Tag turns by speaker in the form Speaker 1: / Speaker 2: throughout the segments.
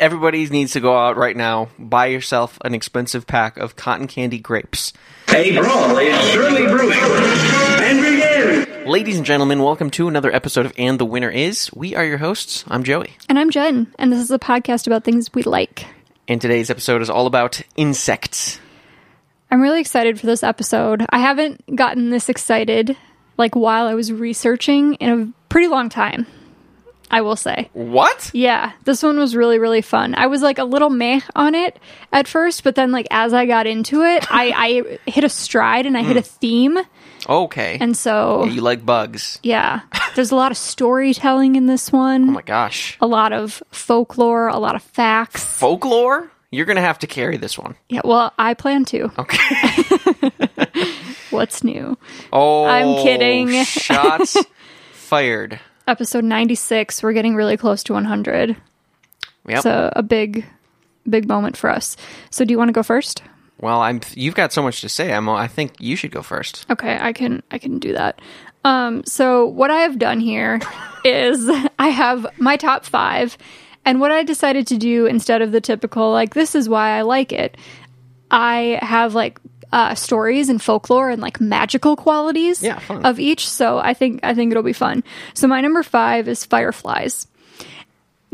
Speaker 1: everybody needs to go out right now, buy yourself an expensive pack of cotton candy grapes.
Speaker 2: A brawl is surely brewing. And begin!
Speaker 1: Ladies and gentlemen, welcome to another episode of And the Winner Is. We are your hosts. I'm Joey.
Speaker 3: And I'm Jen, and this is a podcast about things we like.
Speaker 1: And today's episode is all about insects.
Speaker 3: I'm really excited for this episode. I haven't gotten this excited, like, while I was researching in a pretty long time, I will say.
Speaker 1: What?
Speaker 3: Yeah, this one was really, really fun. I was like a little meh on it at first, but then, like, as I got into it, I, I hit a stride and I hit a
Speaker 1: Mm.
Speaker 3: theme.
Speaker 1: Okay.
Speaker 3: And so,
Speaker 1: you like bugs.
Speaker 3: yeah, there's a lot of storytelling in this one,
Speaker 1: Oh my gosh.
Speaker 3: a lot of folklore, a lot of facts.
Speaker 1: Folklore? You're going to have to carry this one.
Speaker 3: Yeah, well, I plan to.
Speaker 1: Okay.
Speaker 3: What's new?
Speaker 1: Oh.
Speaker 3: I'm kidding.
Speaker 1: Shots fired.
Speaker 3: Episode 96, we're getting really close to 100.
Speaker 1: Yep.
Speaker 3: So, a big, big moment for us. So, do you want to go first?
Speaker 1: Well, I'm. You've got so much to say. I'm. I think you should go first.
Speaker 3: Okay, I can I can do that. Um, so what I have done here is I have my top five, and what I decided to do instead of the typical like this is why I like it, I have like uh, stories and folklore and like magical qualities
Speaker 1: Yeah, fun.
Speaker 3: of each. So I think I think it'll be fun. So my number five is fireflies.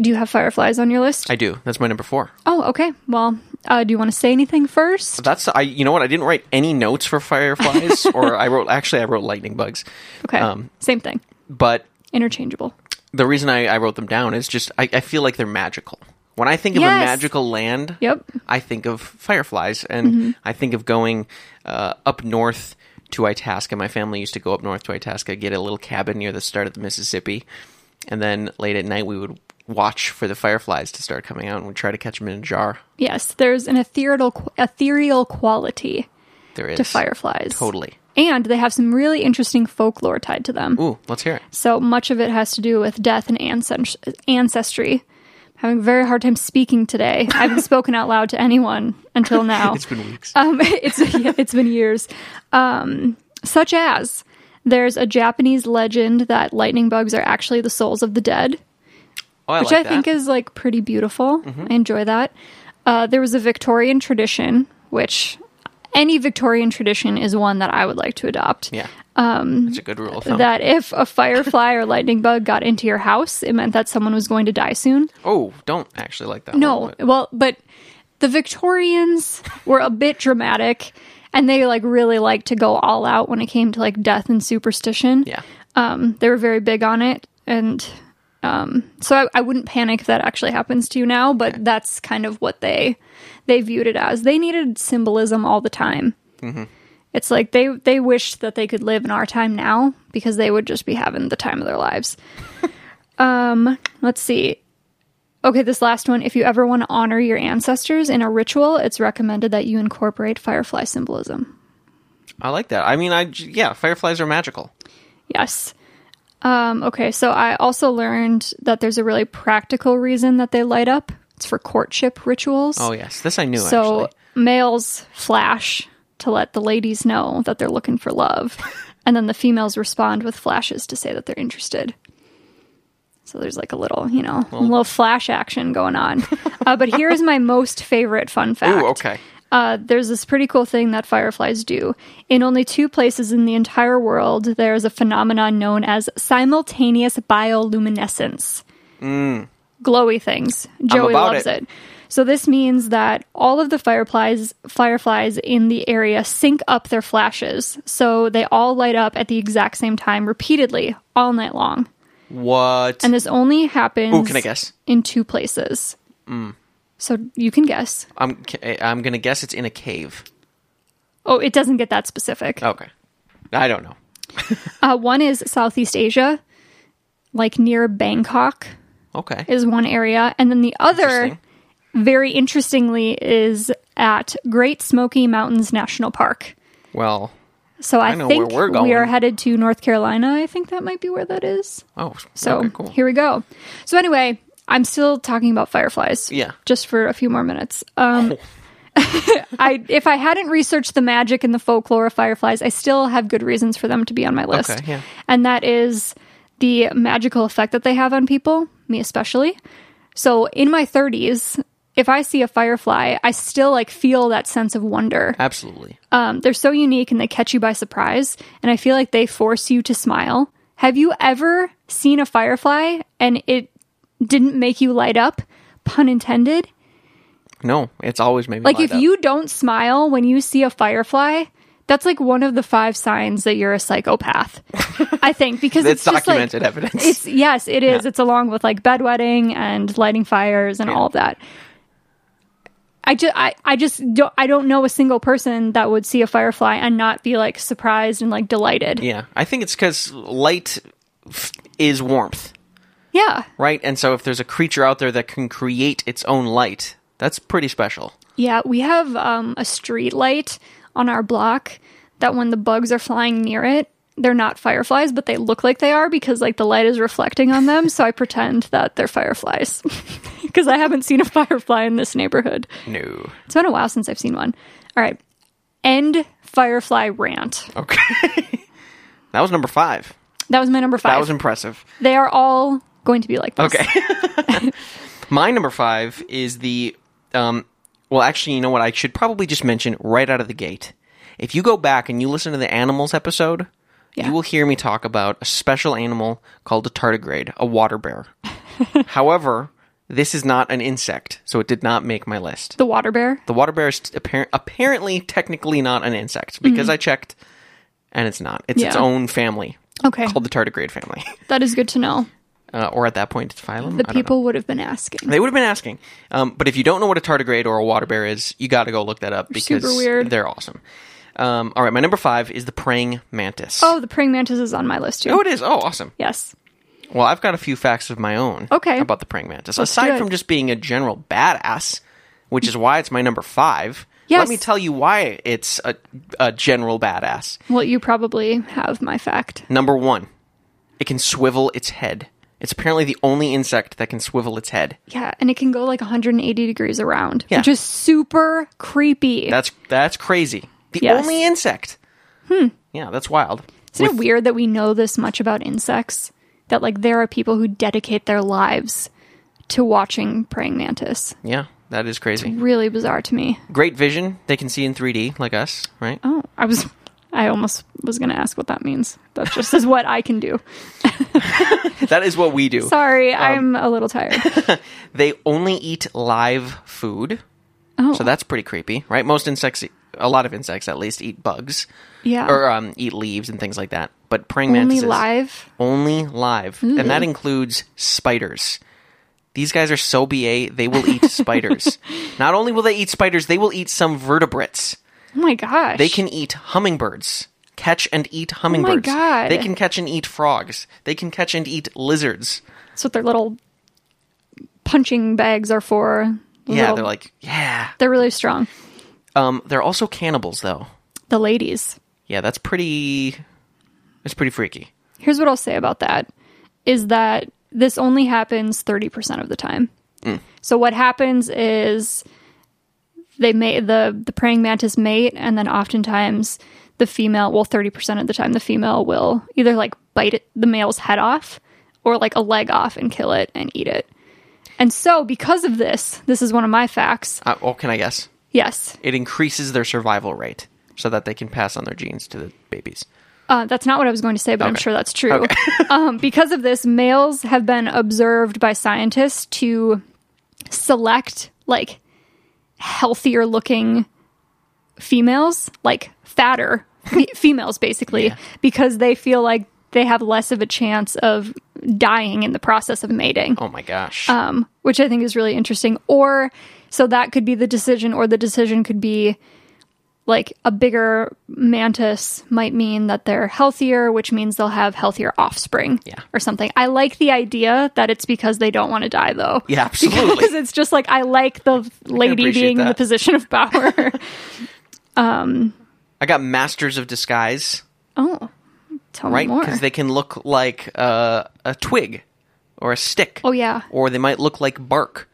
Speaker 3: Do you have fireflies on your list?
Speaker 1: I do. That's my number four.
Speaker 3: oh, okay. Well, uh, do you want to say anything first?
Speaker 1: That's I. You know what? I didn't write any notes for fireflies, or I wrote. Actually, I wrote lightning bugs.
Speaker 3: Okay,
Speaker 1: um,
Speaker 3: same thing,
Speaker 1: But
Speaker 3: interchangeable.
Speaker 1: the reason I, I wrote them down is just I, I feel like they're magical. When I think of a
Speaker 3: Yes.
Speaker 1: magical land,
Speaker 3: Yep. Mm-hmm.
Speaker 1: I think of fireflies, and I think of going uh, up north to Itasca. My family used to go up north to Itasca, get a little cabin near the start of the Mississippi, and then late at night we would watch for the fireflies to start coming out, and we'd try to catch them in a jar.
Speaker 3: Yes, there's an ethereal ethereal quality
Speaker 1: There is
Speaker 3: to fireflies.
Speaker 1: Totally.
Speaker 3: And they have some really interesting folklore tied to them.
Speaker 1: Ooh, let's hear it.
Speaker 3: So much of it has to do with death and ancest- ancestry. I'm having a very hard time speaking today. I haven't spoken out loud to anyone until now.
Speaker 1: It's been weeks.
Speaker 3: Um, it's yeah, it's been years. Um, such as there's a Japanese legend that lightning bugs are actually the souls of the dead
Speaker 1: oh, I
Speaker 3: which
Speaker 1: like
Speaker 3: I think
Speaker 1: that. Mm-hmm.
Speaker 3: is like pretty beautiful. I enjoy that. Uh, there was a Victorian tradition, which any Victorian tradition is one that I would like to adopt.
Speaker 1: yeah. Um, That's a good rule of thumb.
Speaker 3: That if a firefly or lightning bug got into your house, it meant that someone was going to die soon.
Speaker 1: oh, don't actually like that. one,
Speaker 3: No,
Speaker 1: but-
Speaker 3: well, but the Victorians were a bit dramatic, and they like really liked to go all out when it came to like death and superstition
Speaker 1: yeah.
Speaker 3: Um, they were very big on it and um, so I, I wouldn't panic if that actually happens to you now but that's kind of what they they viewed it as they needed symbolism all the time it's like they they wished that they could live in our time now because they would just be having the time of their lives um let's see okay this last one if you ever want to honor your ancestors in a ritual it's recommended that you incorporate firefly symbolism
Speaker 1: I like that. I mean, I j- yeah, fireflies are magical.
Speaker 3: Yes. Um, okay, so I also learned that there's a really practical reason that they light up. It's for courtship rituals.
Speaker 1: Oh yes, this I knew.
Speaker 3: so
Speaker 1: actually.
Speaker 3: males flash to let the ladies know that they're looking for love, and then the females respond with flashes to say that they're interested. So there's like a little, you know, little flash action going on. uh, but here is my most favorite fun fact.
Speaker 1: Ooh, okay.
Speaker 3: Uh, there's this pretty cool thing that fireflies do. In only two places in the entire world, there is a phenomenon known as simultaneous bioluminescence. Glowy things. Joey
Speaker 1: Mm. about
Speaker 3: loves
Speaker 1: it.
Speaker 3: it. So this means that all of the fireflies fireflies in the area sync up their flashes, so they all light up at the exact same time repeatedly all night long.
Speaker 1: What?
Speaker 3: And this only happens.
Speaker 1: Ooh, can I guess? Mm.
Speaker 3: In two places. So you can guess.
Speaker 1: I'm ca- I'm gonna guess it's in a cave.
Speaker 3: Oh, it doesn't get that specific.
Speaker 1: Okay. I don't know.
Speaker 3: Uh, one is Southeast Asia, like near Bangkok,
Speaker 1: Okay.
Speaker 3: is one area. And then the other,
Speaker 1: Interesting.
Speaker 3: very interestingly, is at Great Smoky Mountains National Park.
Speaker 1: Well.
Speaker 3: So I,
Speaker 1: I know
Speaker 3: think
Speaker 1: where we're
Speaker 3: we are
Speaker 1: going.
Speaker 3: headed to North Carolina. I think that might be where that is.
Speaker 1: Oh.
Speaker 3: So
Speaker 1: okay, cool.
Speaker 3: here we go. So anyway, I'm still talking about fireflies.
Speaker 1: Yeah. Oh.
Speaker 3: Just for a few more minutes. Um, I if I hadn't researched the magic and the folklore of fireflies, I still have good reasons for them to be on my list.
Speaker 1: Okay, yeah.
Speaker 3: And that is the magical effect that they have on people, me especially. So in my 30s, if I see a firefly, I still like feel that sense of wonder.
Speaker 1: Absolutely.
Speaker 3: Um, they're so unique and they catch you by surprise, and I feel like they force you to smile. Have you ever seen a firefly and it didn't make you light up? Pun intended.
Speaker 1: No, it's always made me
Speaker 3: Like
Speaker 1: light
Speaker 3: if
Speaker 1: up.
Speaker 3: you don't smile when you see a firefly, that's like one of the five signs that you're a psychopath. I think because
Speaker 1: It's
Speaker 3: it's, just, like,
Speaker 1: documented evidence.
Speaker 3: It's yes, it is. It's along with like bedwetting and lighting fires and all of that. I just I, I just don't I don't know a single person that would see a firefly and not be like surprised and like delighted. Yeah.
Speaker 1: yeah, I think it's because light f- is warmth,
Speaker 3: Yeah.
Speaker 1: right? And so if there's a creature out there that can create its own light, that's pretty special.
Speaker 3: we have um, a street light on our block that when the bugs are flying near it, they're not fireflies, but they look like they are because like the light is reflecting on them. so I pretend that they're fireflies because I haven't seen a firefly in this neighborhood.
Speaker 1: No.
Speaker 3: It's been a while since I've seen one. All right. End Firefly rant.
Speaker 1: Okay. that was number five.
Speaker 3: That was my number
Speaker 1: That
Speaker 3: five.
Speaker 1: was impressive.
Speaker 3: they are all going to be like this.
Speaker 1: Okay. My number five is the. Um, well, actually, you know what? I should probably just mention right out of the gate. If you go back and you listen to the animals episode,
Speaker 3: Yeah.
Speaker 1: you will hear me talk about a special animal called a tardigrade, a water bear. However, this is not an insect, so it did not make my list.
Speaker 3: The water bear.
Speaker 1: The water bear is appar- apparently technically not an insect because I checked, and it's not. It's its
Speaker 3: Mm-hmm. Yeah.
Speaker 1: own family
Speaker 3: Okay.
Speaker 1: called the tardigrade family,
Speaker 3: That is good to know.
Speaker 1: uh, or at that point, it's phylum.
Speaker 3: The
Speaker 1: I don't know.
Speaker 3: people would have been asking.
Speaker 1: They would have been asking. Um, but if you don't know what a tardigrade or a water bear is, you got to go look that up because
Speaker 3: super weird.
Speaker 1: they're awesome. Um, all right, my number five is the praying mantis.
Speaker 3: Oh, the praying mantis is on my list too.
Speaker 1: Oh, it is. Oh, awesome.
Speaker 3: yes.
Speaker 1: Well, I've got a few facts of my own
Speaker 3: Okay.
Speaker 1: about the praying mantis.
Speaker 3: Let's do
Speaker 1: Aside
Speaker 3: it.
Speaker 1: from just being a general badass, which is why it's my number five, let
Speaker 3: Yes.
Speaker 1: me tell you why it's a, a general badass.
Speaker 3: Well, you probably have my fact.
Speaker 1: Number one, it can swivel its head. It's apparently the only insect that can swivel its head.
Speaker 3: Yeah, and it can go like 180 degrees around,
Speaker 1: Yeah.
Speaker 3: which is super creepy.
Speaker 1: That's that's crazy. The
Speaker 3: Yes.
Speaker 1: only insect. Hmm. Yeah, that's wild.
Speaker 3: Isn't it weird that we know this much about insects? That like there are people who dedicate their lives to watching praying mantis.
Speaker 1: Yeah, that is crazy.
Speaker 3: Really bizarre to me.
Speaker 1: Great vision. They can see in 3D like us, right?
Speaker 3: Oh, I was. I almost was going to ask what that means. That just is what I can do.
Speaker 1: That is what we do.
Speaker 3: Sorry,
Speaker 1: Um,
Speaker 3: I'm a little tired.
Speaker 1: They only eat live food.
Speaker 3: Oh,
Speaker 1: So that's pretty creepy, right? Most insects, a lot of insects at least, eat bugs
Speaker 3: yeah.
Speaker 1: or um, eat leaves and things like that. But praying
Speaker 3: Only
Speaker 1: mantises
Speaker 3: live.
Speaker 1: only live, and that includes spiders. These guys are so ba they will eat spiders. Not only will they eat spiders, they will eat some vertebrates.
Speaker 3: Oh my gosh.
Speaker 1: They can eat hummingbirds. Catch and eat hummingbirds.
Speaker 3: Oh God.
Speaker 1: They can catch and eat frogs. They can catch and eat lizards.
Speaker 3: That's what their little punching bags are for.
Speaker 1: Yeah,
Speaker 3: Little-
Speaker 1: they're like, yeah.
Speaker 3: they're really strong.
Speaker 1: Um, they're also cannibals, though.
Speaker 3: The ladies.
Speaker 1: Yeah, that's pretty. It's pretty freaky.
Speaker 3: Here's what I'll say about that: is that this only happens 30 percent of the time. So what happens is they may the the praying mantis mate, and then oftentimes the female, well, 30 percent of the time, the female will either like bite it, the male's head off or like a leg off and kill it and eat it. And so, because of this, this is one of my facts.
Speaker 1: Uh, oh, can I guess?
Speaker 3: Yes,
Speaker 1: It increases their survival rate so that they can pass on their genes to the babies.
Speaker 3: Uh, that's not what I was going to say, but I'm
Speaker 1: Okay.
Speaker 3: sure that's true. um, because of this, males have been observed by scientists to select like healthier looking females, like fatter fe- females, basically,
Speaker 1: Yeah.
Speaker 3: because they feel like they have less of a chance of dying in the process of mating
Speaker 1: Oh my gosh!
Speaker 3: um, which I think is really interesting. Or so that could be the decision, or the decision could be like a bigger mantis might mean that they're healthier, which means they'll have healthier offspring
Speaker 1: Yeah.
Speaker 3: or something. I like the idea that it's because they don't want to die, though.
Speaker 1: yeah, absolutely.
Speaker 3: Because it's just like I like the lady
Speaker 1: appreciate
Speaker 3: being in the
Speaker 1: that.
Speaker 3: position of power.
Speaker 1: I got masters of disguise,
Speaker 3: oh, tell
Speaker 1: right?
Speaker 3: me more.
Speaker 1: Because they can look like uh, a twig or a stick.
Speaker 3: oh yeah,
Speaker 1: or they might look like bark.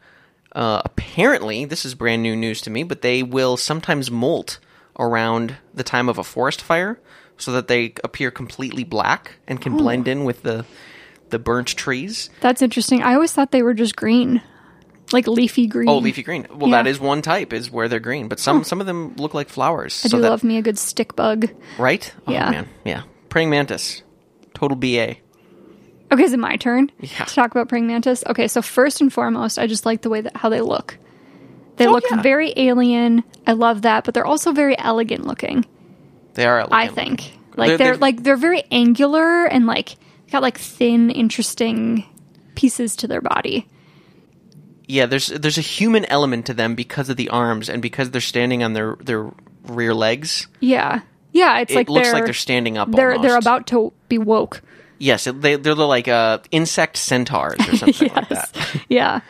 Speaker 1: Uh, apparently, this is brand new news to me, but they will sometimes molt around the time of a forest fire so that they appear completely black and
Speaker 3: Oh.
Speaker 1: can blend in with the the burnt trees.
Speaker 3: Mm-hmm. that's interesting. I always thought they were just green. like leafy green.
Speaker 1: Oh, leafy green. Well, that
Speaker 3: Yeah. Oh.
Speaker 1: is one type is where they're green, but some some of them look like flowers.
Speaker 3: I
Speaker 1: so
Speaker 3: do
Speaker 1: that,
Speaker 3: love me a good stick bug.
Speaker 1: right? Oh,
Speaker 3: Yeah.
Speaker 1: man. Yeah. Praying mantis. Total BA.
Speaker 3: Okay, is it my turn
Speaker 1: Yeah.
Speaker 3: to talk about praying mantis? Okay, so first and foremost, I just like the way that how they look. They
Speaker 1: Oh,
Speaker 3: look
Speaker 1: yeah.
Speaker 3: very alien. I love that, but they're also very elegant looking.
Speaker 1: They are elegant.
Speaker 3: I think like
Speaker 1: They're-
Speaker 3: they're,
Speaker 1: they're-
Speaker 3: like they're very angular and like got like thin, interesting pieces to their body.
Speaker 1: Yeah, there's there's a human element to them because of the arms and because they're standing on their their rear legs.
Speaker 3: Yeah, yeah. It's
Speaker 1: It
Speaker 3: like
Speaker 1: looks
Speaker 3: they're,
Speaker 1: like they're standing up.
Speaker 3: They're they're
Speaker 1: almost.
Speaker 3: about to be woke.
Speaker 1: Yes, they they're like uh, insect centaurs or something like that.
Speaker 3: yeah.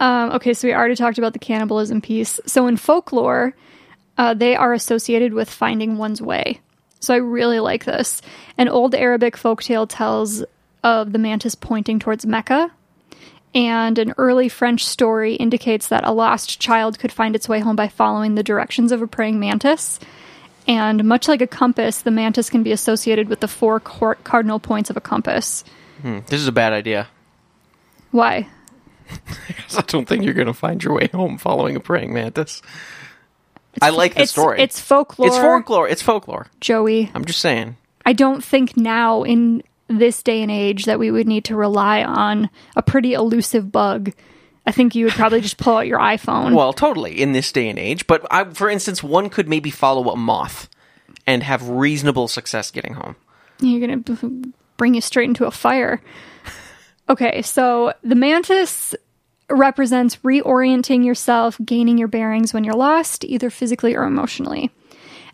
Speaker 3: Um, okay, so we already talked about the cannibalism piece. So in folklore, uh, they are associated with finding one's way. So I really like this. An old Arabic folktale tells of the mantis pointing towards Mecca, and an early French story indicates that a lost child could find its way home by following the directions of a praying mantis. And much like a compass, the mantis can be associated with the four cor- cardinal points of a compass.
Speaker 1: This is a bad idea.
Speaker 3: Why?
Speaker 1: I don't think you're going to find your way home following a praying mantis. I like the
Speaker 3: it's,
Speaker 1: story.
Speaker 3: It's folklore.
Speaker 1: It's folklore. It's folklore.
Speaker 3: Joey.
Speaker 1: I'm just saying.
Speaker 3: I don't think now in this day and age that we would need to rely on a pretty elusive bug. I think you would probably just pull out your iPhone.
Speaker 1: Well, totally in this day and age. But I, for instance, one could maybe follow a moth and have reasonable success getting home.
Speaker 3: You're going to bring you straight into a fire. Okay, so the mantis represents reorienting yourself, gaining your bearings when you're lost, either physically or emotionally.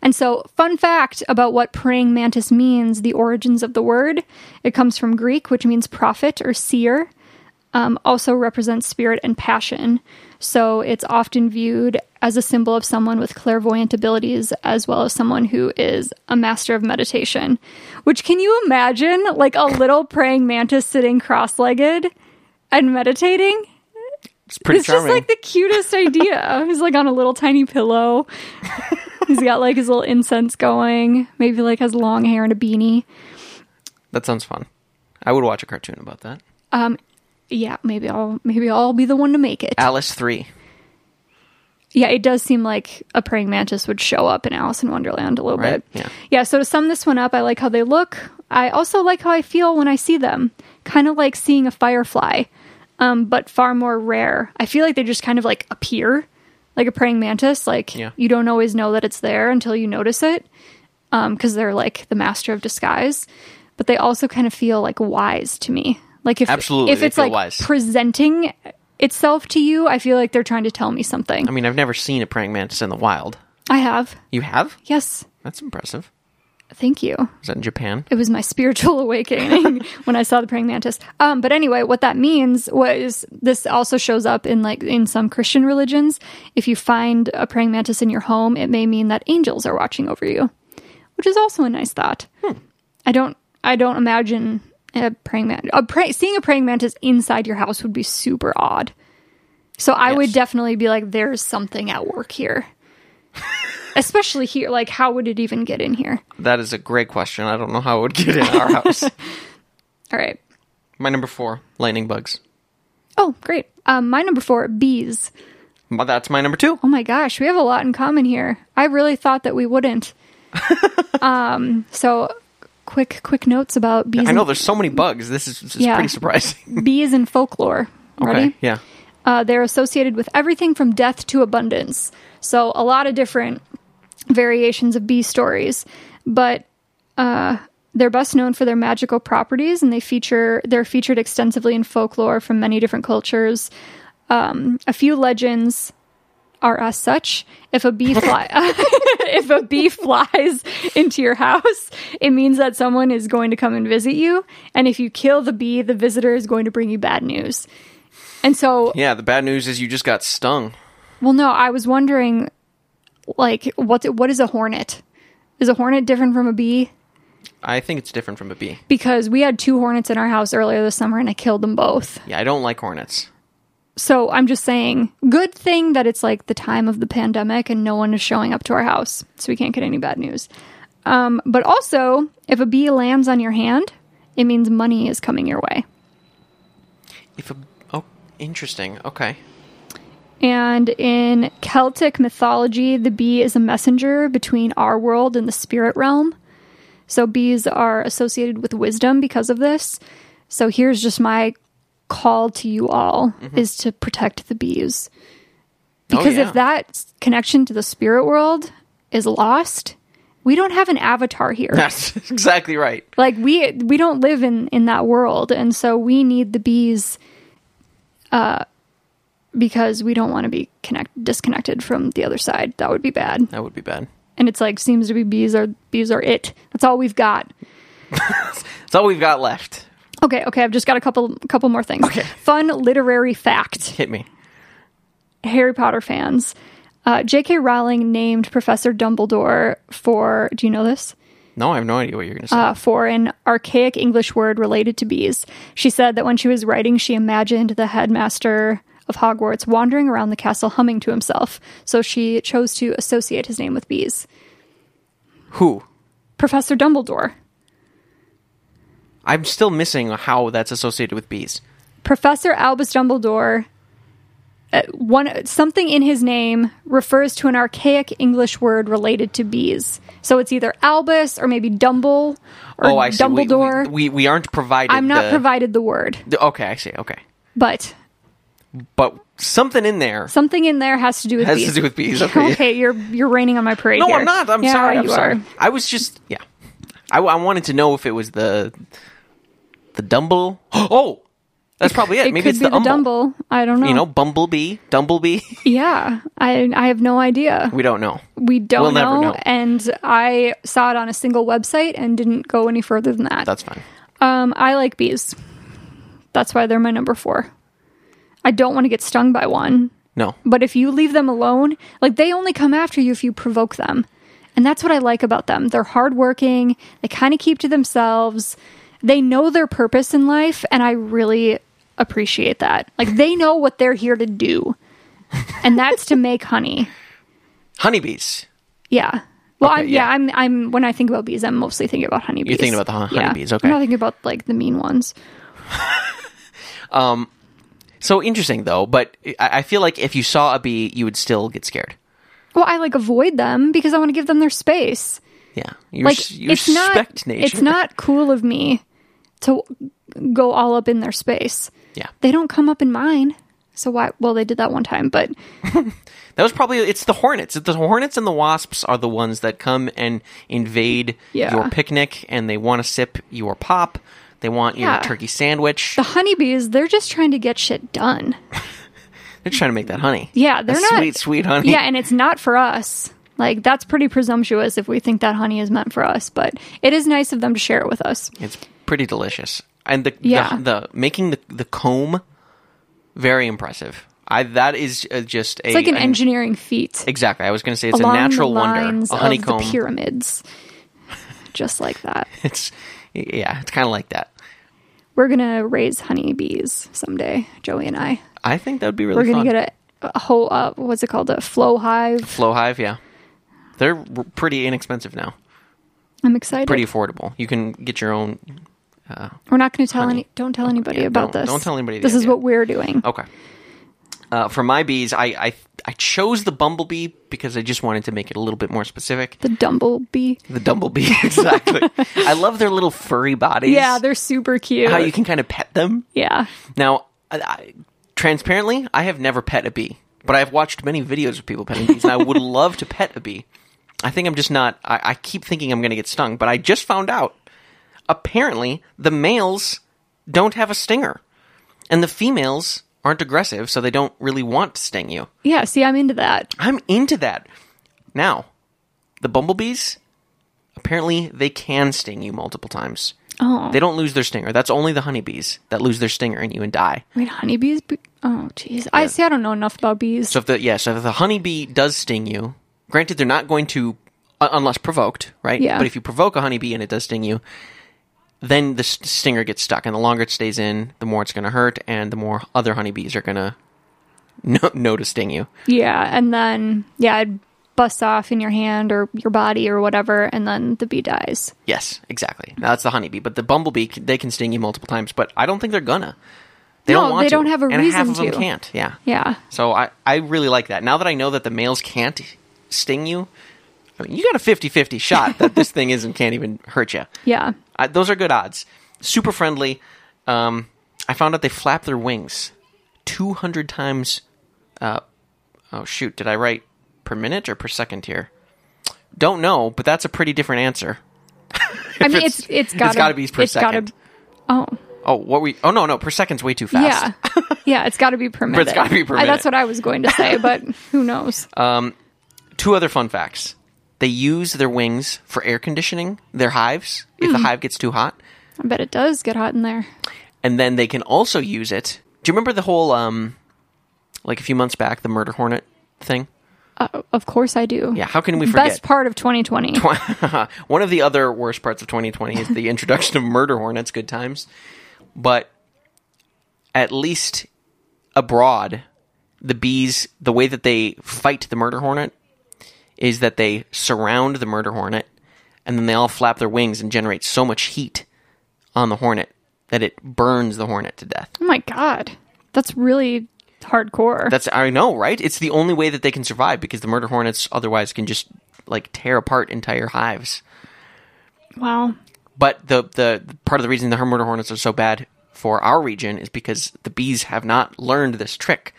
Speaker 3: And so, fun fact about what praying mantis means the origins of the word it comes from Greek, which means prophet or seer, um, also represents spirit and passion. So, it's often viewed as a symbol of someone with clairvoyant abilities, as well as someone who is a master of meditation. Which, can you imagine, like a little praying mantis sitting cross legged and meditating?
Speaker 1: It's pretty
Speaker 3: it's
Speaker 1: charming.
Speaker 3: just like the cutest idea. he's like on a little tiny pillow. he's got like his little incense going. Maybe like has long hair and a beanie.
Speaker 1: that sounds fun. I would watch a cartoon about that.
Speaker 3: Yeah, maybe I'll maybe I'll be the one to make it.
Speaker 1: Alice three.
Speaker 3: yeah, it does seem like a praying mantis would show up in Alice in Wonderland a little
Speaker 1: Right,
Speaker 3: bit.
Speaker 1: yeah.
Speaker 3: so to sum this one up, I like how they look. I also like how I feel when I see them. Kind of like seeing a firefly, um, but far more rare. I feel like they just kind of like appear, like a praying mantis. Like
Speaker 1: Yeah.
Speaker 3: you don't always know that it's there until you notice it, because they're like the master of disguise. But they also kind of feel like wise to me. Like if
Speaker 1: Absolutely,
Speaker 3: if
Speaker 1: they
Speaker 3: it's
Speaker 1: feel
Speaker 3: like
Speaker 1: wise.
Speaker 3: presenting itself to you, I feel like they're trying to tell me something.
Speaker 1: I mean, I've never seen a praying mantis in the wild.
Speaker 3: I have.
Speaker 1: You have?
Speaker 3: Yes.
Speaker 1: That's impressive.
Speaker 3: Thank you.
Speaker 1: Is that in Japan?
Speaker 3: It was my spiritual awakening when I saw the praying mantis. Um, but anyway, what that means was this also shows up in like in some Christian religions. If you find a praying mantis in your home, it may mean that angels are watching over you, which is also a nice thought. I don't I don't imagine a praying mantis. A pray, seeing a praying mantis inside your house would be super odd. So I would
Speaker 1: Yes.
Speaker 3: definitely be like, "There's something at work here." Especially here, like, how would it even get in here?
Speaker 1: That is a great question. I don't know how it would get in our house.
Speaker 3: All right.
Speaker 1: My number four, lightning bugs.
Speaker 3: Oh, great. Um, my number four, bees.
Speaker 1: Well, that's my number two.
Speaker 3: Oh my gosh, we have a lot in common here. I really thought that we wouldn't. um, so quick, quick notes about bees.
Speaker 1: I know
Speaker 3: and,
Speaker 1: there's so many bugs. This is, this is
Speaker 3: Yeah.
Speaker 1: pretty surprising.
Speaker 3: bees in folklore. Ready?
Speaker 1: Okay. Yeah.
Speaker 3: Uh, they're associated with everything from death to abundance. So a lot of different variations of bee stories, but uh, they're best known for their magical properties, and they feature they're featured extensively in folklore from many different cultures. Um, a few legends are as such: if a bee fly, if a bee flies into your house, it means that someone is going to come and visit you, and if you kill the bee, the visitor is going to bring you bad news. And so
Speaker 1: Yeah. The bad news is you just got stung.
Speaker 3: well, no, I was wondering, like, what what is a hornet? Is a hornet different from a bee?
Speaker 1: I think it's different from a bee.
Speaker 3: Because we had two hornets in our house earlier this summer, and I killed them both.
Speaker 1: Yeah, I don't like hornets.
Speaker 3: So I'm just saying, good thing that it's like the time of the pandemic and no one is showing up to our house, so we can't get any bad news. Um, but also, if a bee lands on your hand, it means money is coming your way.
Speaker 1: If a oh, interesting. Okay.
Speaker 3: And in Celtic mythology, the bee is a messenger between our world and the spirit realm. So bees are associated with wisdom because of this. So here's just my call to you all is to protect the bees.
Speaker 1: Mm-hmm. Oh,
Speaker 3: Because
Speaker 1: yeah.
Speaker 3: if that s- connection to the spirit world is lost, we don't have an avatar here
Speaker 1: That's exactly right.
Speaker 3: like we we don't live in in that world and so we need the bees uh because we don't want to be connect disconnected from the other side that would be bad
Speaker 1: That would be bad.
Speaker 3: and it's like seems to be bees are bees are it that's all we've got
Speaker 1: That's all we've got left.
Speaker 3: okay okay i've just got a couple couple more things fun literary fact
Speaker 1: Hit me.
Speaker 3: harry potter fans uh, J.K. Rowling named Professor Dumbledore for, do you know this?
Speaker 1: No, I have no idea what you're going to say.
Speaker 3: uh, for an archaic English word related to bees. She said that when she was writing, she imagined the headmaster of Hogwarts wandering around the castle humming to himself. So she chose to associate his name with bees.
Speaker 1: Who?
Speaker 3: Professor Dumbledore.
Speaker 1: I'm still missing how that's associated with bees.
Speaker 3: Professor Albus Dumbledore. uh, one something in his name refers to an archaic English word related to bees. So it's either Albus or maybe Dumble or
Speaker 1: oh, I see. We-
Speaker 3: Dumbledore.
Speaker 1: We, we, we aren't provided.
Speaker 3: I'm not
Speaker 1: the-
Speaker 3: provided the word,
Speaker 1: the- okay, I see. Okay,
Speaker 3: but
Speaker 1: but something in there.
Speaker 3: Something in there has to do with
Speaker 1: Has to
Speaker 3: bees.
Speaker 1: do with bees, okay.
Speaker 3: you're you're raining on my parade.
Speaker 1: no,
Speaker 3: here.
Speaker 1: I'm not. I'm
Speaker 3: Yeah,
Speaker 1: sorry. I'm
Speaker 3: you
Speaker 1: sorry.
Speaker 3: are.
Speaker 1: I was just yeah. I, I wanted to know if it was the the dumble. Oh, that's probably it.
Speaker 3: It
Speaker 1: Maybe
Speaker 3: could
Speaker 1: it's
Speaker 3: be
Speaker 1: the,
Speaker 3: the
Speaker 1: umble.
Speaker 3: dumble. I don't know.
Speaker 1: You know, bumblebee, dumblebee.
Speaker 3: Yeah, I I have no idea.
Speaker 1: we don't know.
Speaker 3: We don't
Speaker 1: We'll never
Speaker 3: know,
Speaker 1: know.
Speaker 3: and I saw it on a single website and didn't go any further than that.
Speaker 1: That's fine.
Speaker 3: um, I like bees. That's why they're my number four. I don't want to get stung by one,
Speaker 1: No,
Speaker 3: but if you leave them alone, like they only come after you if you provoke them. And that's what I like about them. They're hardworking, they kind of keep to themselves, they know their purpose in life, and I really appreciate that. Like they know what they're here to do, and that's to make honey.
Speaker 1: honeybees.
Speaker 3: Yeah. Well,
Speaker 1: Okay,
Speaker 3: I'm, yeah.
Speaker 1: yeah.
Speaker 3: I'm. I'm. When I think about bees, I'm mostly thinking about honeybees.
Speaker 1: thinking about the hon-
Speaker 3: Yeah.
Speaker 1: honeybees, okay.
Speaker 3: I'm not thinking about like the mean ones.
Speaker 1: So interesting though. But I, I feel like if you saw a bee, you would still get scared.
Speaker 3: Well, I like avoid them because I want to give them their space.
Speaker 1: Yeah, you
Speaker 3: like
Speaker 1: res- you
Speaker 3: it's
Speaker 1: respect
Speaker 3: not
Speaker 1: nature.
Speaker 3: it's not cool of me to go all up in their space
Speaker 1: Yeah,
Speaker 3: they don't come up in mine so why well they did that one time but
Speaker 1: that was probably it's the hornets. The hornets and the wasps are the ones that come and invade
Speaker 3: Yeah.
Speaker 1: your picnic, and they want to sip your pop. They want your
Speaker 3: Yeah.
Speaker 1: turkey sandwich.
Speaker 3: the honeybees they're just trying to get shit done
Speaker 1: They're trying to make that honey.
Speaker 3: yeah they're
Speaker 1: That
Speaker 3: not
Speaker 1: sweet, sweet honey.
Speaker 3: yeah and it's not for us like that's pretty presumptuous if we think that honey is meant for us but it is nice of them to share it with us
Speaker 1: it's pretty delicious. And the
Speaker 3: Yeah.
Speaker 1: the, the making the the comb very impressive. I that is uh, just a,
Speaker 3: it's like an engineering feat
Speaker 1: Exactly, I was going to say it's
Speaker 3: along
Speaker 1: a natural
Speaker 3: the
Speaker 1: wonder,
Speaker 3: lines
Speaker 1: a honeycomb.
Speaker 3: of the pyramids just like that
Speaker 1: it's yeah, it's kind of like that.
Speaker 3: we're gonna raise honeybees someday joey and i
Speaker 1: I think that would be really.
Speaker 3: we're gonna
Speaker 1: fun.
Speaker 3: get a, a whole uh, what's it called a flow hive
Speaker 1: Flow Hive, yeah. They're r- pretty inexpensive now.
Speaker 3: i'm excited
Speaker 1: Pretty affordable. You can get your own.
Speaker 3: we're not gonna tell any don't tell anybody
Speaker 1: Yeah,
Speaker 3: about
Speaker 1: don't-
Speaker 3: this
Speaker 1: don't tell anybody the
Speaker 3: this is
Speaker 1: idea. Oh.
Speaker 3: what we're doing
Speaker 1: Okay. Uh, for my bees, I, I I chose the bumblebee because I just wanted to make it a little bit more specific.
Speaker 3: the dumblebee
Speaker 1: The bumblebee, exactly. I love their little furry bodies.
Speaker 3: yeah they're super cute
Speaker 1: how you can kind of pet them.
Speaker 3: yeah
Speaker 1: Now, I, I, transparently, I have never pet a bee, but I've watched many videos of people petting bees, and I would love to pet a bee. I think I'm just not. I, I keep thinking I'm going to get stung, but I just found out. Apparently, the males don't have a stinger, and the females aren't aggressive, so they don't really want to sting you.
Speaker 3: yeah see i'm into that
Speaker 1: I'm into that. Now, the bumblebees, apparently they can sting you multiple times.
Speaker 3: Oh.
Speaker 1: They don't lose their stinger. That's only the honeybees that lose their stinger and you and die.
Speaker 3: wait honeybees be- oh jeez i see i don't know enough about bees
Speaker 1: So if the yeah, so if the honeybee does sting you, granted they're not going to uh, unless provoked, right?
Speaker 3: Yeah.
Speaker 1: But if you provoke a honeybee and it does sting you, then the s- stinger gets stuck, and the longer it stays in, the more it's going to hurt, and the more other honeybees are going to no, no to sting you.
Speaker 3: yeah and then yeah it busts off in your hand or your body or whatever and then the bee dies
Speaker 1: Yes, exactly. Now that's the honeybee, but the bumblebee c- they can sting you multiple times, but I don't think they're gonna. They
Speaker 3: No,
Speaker 1: don't want
Speaker 3: they
Speaker 1: to,
Speaker 3: don't have a
Speaker 1: and half
Speaker 3: reason
Speaker 1: of them
Speaker 3: to.
Speaker 1: can't. Yeah.
Speaker 3: Yeah.
Speaker 1: So I, I really like that. Now that I know that the males can't sting you, I mean, you got a 50-50 shot that this thing isn't can't even hurt you.
Speaker 3: Yeah.
Speaker 1: I, those are good odds. Super friendly. Um, I found out they flap their wings 200 times. Uh, oh, shoot. Did I write per minute or per second here? Don't know, but that's a pretty different answer.
Speaker 3: I mean,
Speaker 1: it's-
Speaker 3: it's it's gotta,
Speaker 1: gotta be per
Speaker 3: it's gotta-
Speaker 1: second.
Speaker 3: oh
Speaker 1: Oh, what we? Oh no, no, per second's way too fast.
Speaker 3: yeah, yeah. It's got to be permitted.
Speaker 1: gotta be
Speaker 3: I- that's
Speaker 1: permitted.
Speaker 3: what I was going to say, but who knows?
Speaker 1: Two other fun facts: they use their wings for air conditioning their hives if
Speaker 3: Hmm.
Speaker 1: the hive gets too hot,
Speaker 3: I bet it does get hot in there.
Speaker 1: and then they can also use it. Do you remember the whole um, like a few months back, the murder hornet thing?
Speaker 3: Uh, of course, I do.
Speaker 1: Yeah, how can we forget?
Speaker 3: Best part of 2020.
Speaker 1: One of the other worst parts of 2020 is the introduction of murder hornets. Good times, but at least abroad, the bees, the way that they fight the murder hornet is that they surround the murder hornet, and then they all flap their wings and generate so much heat on the hornet that it burns the hornet to death.
Speaker 3: oh my god, that's really hardcore.
Speaker 1: That's I know, right? It's the only way that they can survive because the murder hornets otherwise can just like tear apart entire hives.
Speaker 3: wow.
Speaker 1: But the the part of the reason the murder hornets are so bad for our region is because the bees have not learned this trick.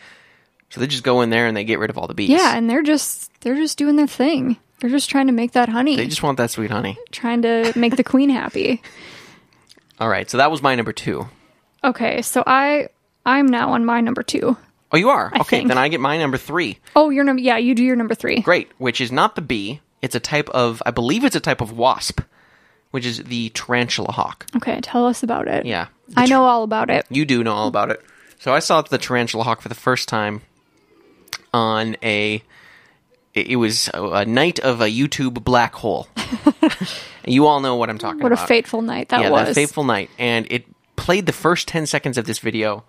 Speaker 1: So they just go in there and they get rid of all the bees.
Speaker 3: Yeah, and they're just they're just doing their thing. They're just trying to make that honey.
Speaker 1: They just want that sweet honey.
Speaker 3: trying to make the queen happy.
Speaker 1: All right. So that was my number 2.
Speaker 3: Okay, so I I'm now on my number two.
Speaker 1: Oh, you are. okay,
Speaker 3: think.
Speaker 1: then I get my number 3.
Speaker 3: Oh, your number. Yeah, you do your number three.
Speaker 1: Great, which is not the bee. It's a type of I believe it's a type of wasp, which is the tarantula hawk.
Speaker 3: Okay, tell us about it.
Speaker 1: Yeah.
Speaker 3: I know all about it.
Speaker 1: You do know all about it. So I saw the tarantula hawk for the first time on a. It it was a- a night of a YouTube black hole. you all know what I'm talking
Speaker 3: What a
Speaker 1: about.
Speaker 3: fateful night that
Speaker 1: yeah,
Speaker 3: was.
Speaker 1: that fateful night, and it played the first ten seconds of this video.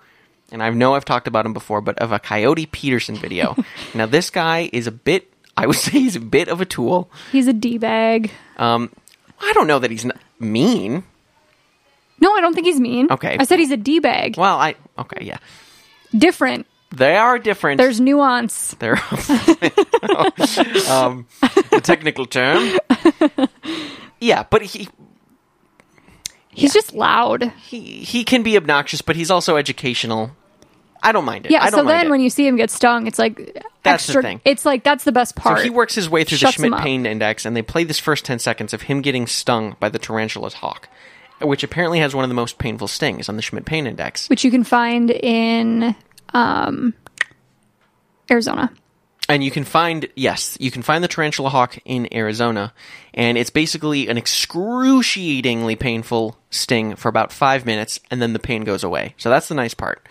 Speaker 1: And I know I've talked about him before, but of a Coyote Peterson video. now this guy is a bit. I would say he's a bit of a tool. Um,
Speaker 3: He's a d bag.
Speaker 1: I don't know that he's not mean.
Speaker 3: No, I don't think he's mean.
Speaker 1: Okay.
Speaker 3: I said he's a d bag.
Speaker 1: Well, I okay, yeah,
Speaker 3: Different.
Speaker 1: they are different.
Speaker 3: There's nuance.
Speaker 1: They're um, the technical term. Yeah, but he,
Speaker 3: He's just loud.
Speaker 1: he he can be obnoxious, but he's also educational. I don't mind it.
Speaker 3: Yeah.
Speaker 1: I don't
Speaker 3: So
Speaker 1: mind
Speaker 3: then
Speaker 1: it.
Speaker 3: when you see him get stung, it's like
Speaker 1: That's the
Speaker 3: extra.
Speaker 1: thing.
Speaker 3: It's like that's the best
Speaker 1: so
Speaker 3: part.
Speaker 1: he works his way through the
Speaker 3: Shuts him
Speaker 1: Schmidt
Speaker 3: up.
Speaker 1: Pain Index, and they play this first ten seconds of him getting stung by the tarantula's hawk, which apparently has one of the most painful stings on the Schmidt Pain Index.
Speaker 3: which you can find in um, Arizona.
Speaker 1: And you can find yes, you can find the tarantula hawk in Arizona, and it's basically an excruciatingly painful sting for about five minutes, and then the pain goes away. So that's the nice part.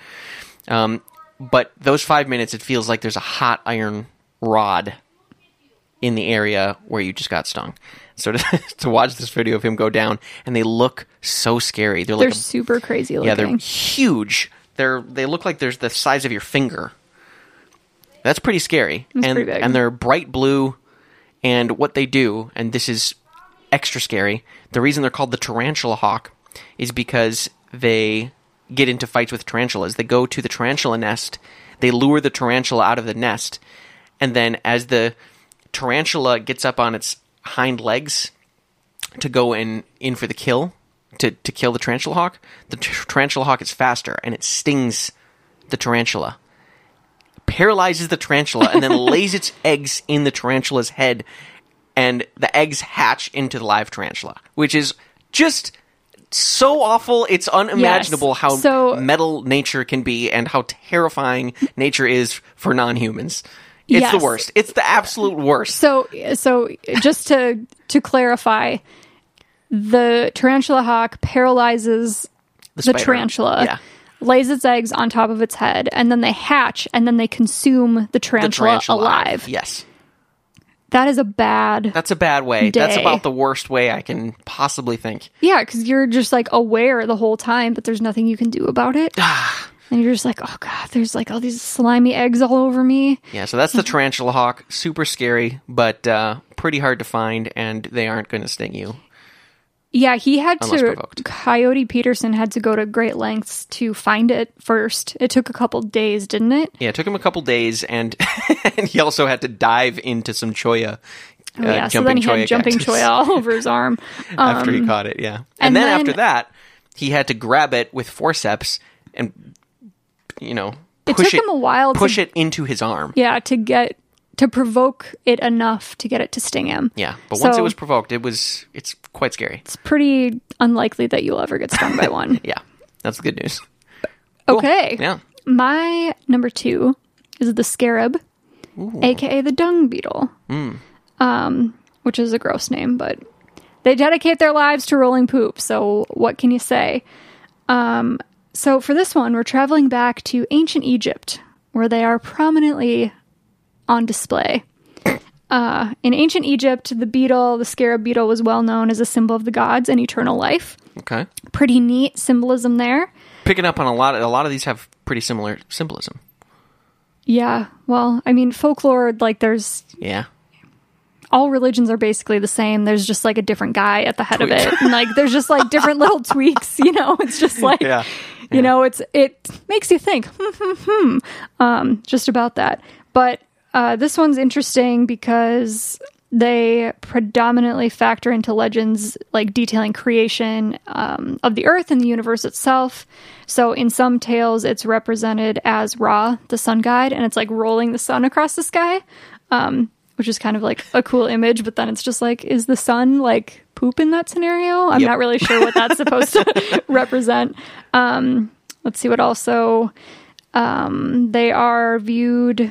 Speaker 1: Um, but those five minutes, it feels like there's a hot iron rod in the area where you just got stung. So to, to watch this video of him go down, and they look so scary. They're like
Speaker 3: They're
Speaker 1: a-
Speaker 3: super crazy
Speaker 1: yeah, they're
Speaker 3: looking.
Speaker 1: huge. They're they look like there's the size of your finger. That's pretty scary. and
Speaker 3: pretty big.
Speaker 1: and they're bright blue and what they do and this is extra scary. The reason they're called the tarantula hawk is because they get into fights with tarantulas. They go to the tarantula nest, they lure the tarantula out of the nest, and then as the tarantula gets up on its hind legs to go in in for the kill to to kill the tarantula hawk the t- tarantula hawk is faster and it stings the tarantula paralyzes the tarantula and then lays its eggs in the tarantula's head and the eggs hatch into the live tarantula which is just so awful it's unimaginable
Speaker 3: Yes.
Speaker 1: how
Speaker 3: So-
Speaker 1: metal nature can be and how terrifying nature is for non-humans it's the
Speaker 3: Yes.
Speaker 1: worst it's the absolute worst
Speaker 3: So, so just to to clarify, the tarantula hawk paralyzes the,
Speaker 1: spider.
Speaker 3: tarantula,
Speaker 1: Yeah.
Speaker 3: lays its eggs on top of its head, and then they hatch, and then they consume the
Speaker 1: the
Speaker 3: tarantula,
Speaker 1: tarantula
Speaker 3: alive.
Speaker 1: yes
Speaker 3: That is a bad,
Speaker 1: That's a bad way. That's
Speaker 3: day.
Speaker 1: about the worst way I can possibly think.
Speaker 3: yeah, because you're just like aware the whole time, but there's nothing you can do about it,
Speaker 1: Ah.
Speaker 3: and you're just like, oh god, there's like all these slimy eggs all over me.
Speaker 1: Yeah, so that's the tarantula hawk. Super scary, but uh, pretty hard to find, and they aren't going to sting you.
Speaker 3: Yeah, he had
Speaker 1: Unless
Speaker 3: to.
Speaker 1: provoked.
Speaker 3: Coyote Peterson had to go to great lengths to find it first. It took a couple days, didn't it?
Speaker 1: Yeah, it took him a couple days, and and he also had to dive into some choya. uh,
Speaker 3: Oh, yeah, so then he had jumping choya all over his arm. Um,
Speaker 1: after he caught it. Yeah, and,
Speaker 3: and
Speaker 1: then,
Speaker 3: then-
Speaker 1: after that, he had to grab it with forceps and you know
Speaker 3: it
Speaker 1: push
Speaker 3: took him a while
Speaker 1: push
Speaker 3: to,
Speaker 1: it into his arm.
Speaker 3: yeah, to get to provoke it enough to get it to sting him.
Speaker 1: Yeah, but once it
Speaker 3: So-
Speaker 1: was provoked, it was it's quite scary.
Speaker 3: It's pretty unlikely that you'll ever get stung by one.
Speaker 1: Yeah, that's the good news.
Speaker 3: Okay.
Speaker 1: Yeah.
Speaker 3: My number two is the scarab, aka the dung beetle, um, which is a gross name, but they dedicate their lives to rolling poop. So what can you say? Um, so for this one, we're traveling back to ancient Egypt, where they are prominently on display. Uh, in ancient Egypt, the beetle, the scarab beetle, was well known as a symbol of the gods and eternal life.
Speaker 1: Okay.
Speaker 3: Pretty neat symbolism there.
Speaker 1: Picking up on a lot. A lot of these have pretty similar symbolism.
Speaker 3: Yeah. Well, I mean, folklore, like, there's
Speaker 1: Yeah.
Speaker 3: all religions are basically the same. There's just like a different guy at the head of it. And, like, there's just like different little tweaks, you know? It's just like,
Speaker 1: Yeah.
Speaker 3: you know, it's, it makes you think, hmm, hmm, hmm, um, just about that. But, uh, this one's interesting because they predominantly factor into legends like detailing creation um, of the earth and the universe itself. So in some tales, it's represented as Ra, the sun god, and it's like rolling the sun across the sky, um, which is kind of like a cool image. But then it's just like, is the sun like poop in that scenario? I'm
Speaker 1: Yep.
Speaker 3: not really sure what that's supposed to represent. Um, let's see what also um, they are viewed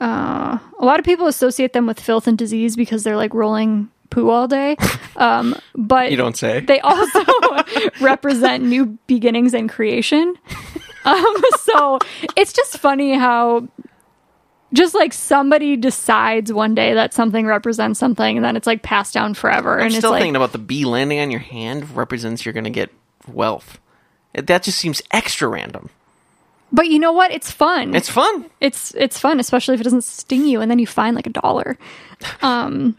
Speaker 3: uh, a lot of people associate them with filth and disease because they're like rolling poo all day. Um, but
Speaker 1: You don't say.
Speaker 3: they also represent new beginnings and creation. Um, so it's just funny how just like somebody decides one day that something represents something and then it's like passed down forever.
Speaker 1: I'm
Speaker 3: and
Speaker 1: still
Speaker 3: it's like,
Speaker 1: thinking about the bee landing on your hand represents you're going to get wealth. It- That just seems extra random.
Speaker 3: but you know what? It's fun.
Speaker 1: It's fun.
Speaker 3: it's it's fun, especially if it doesn't sting you, and then you find like a dollar. Um,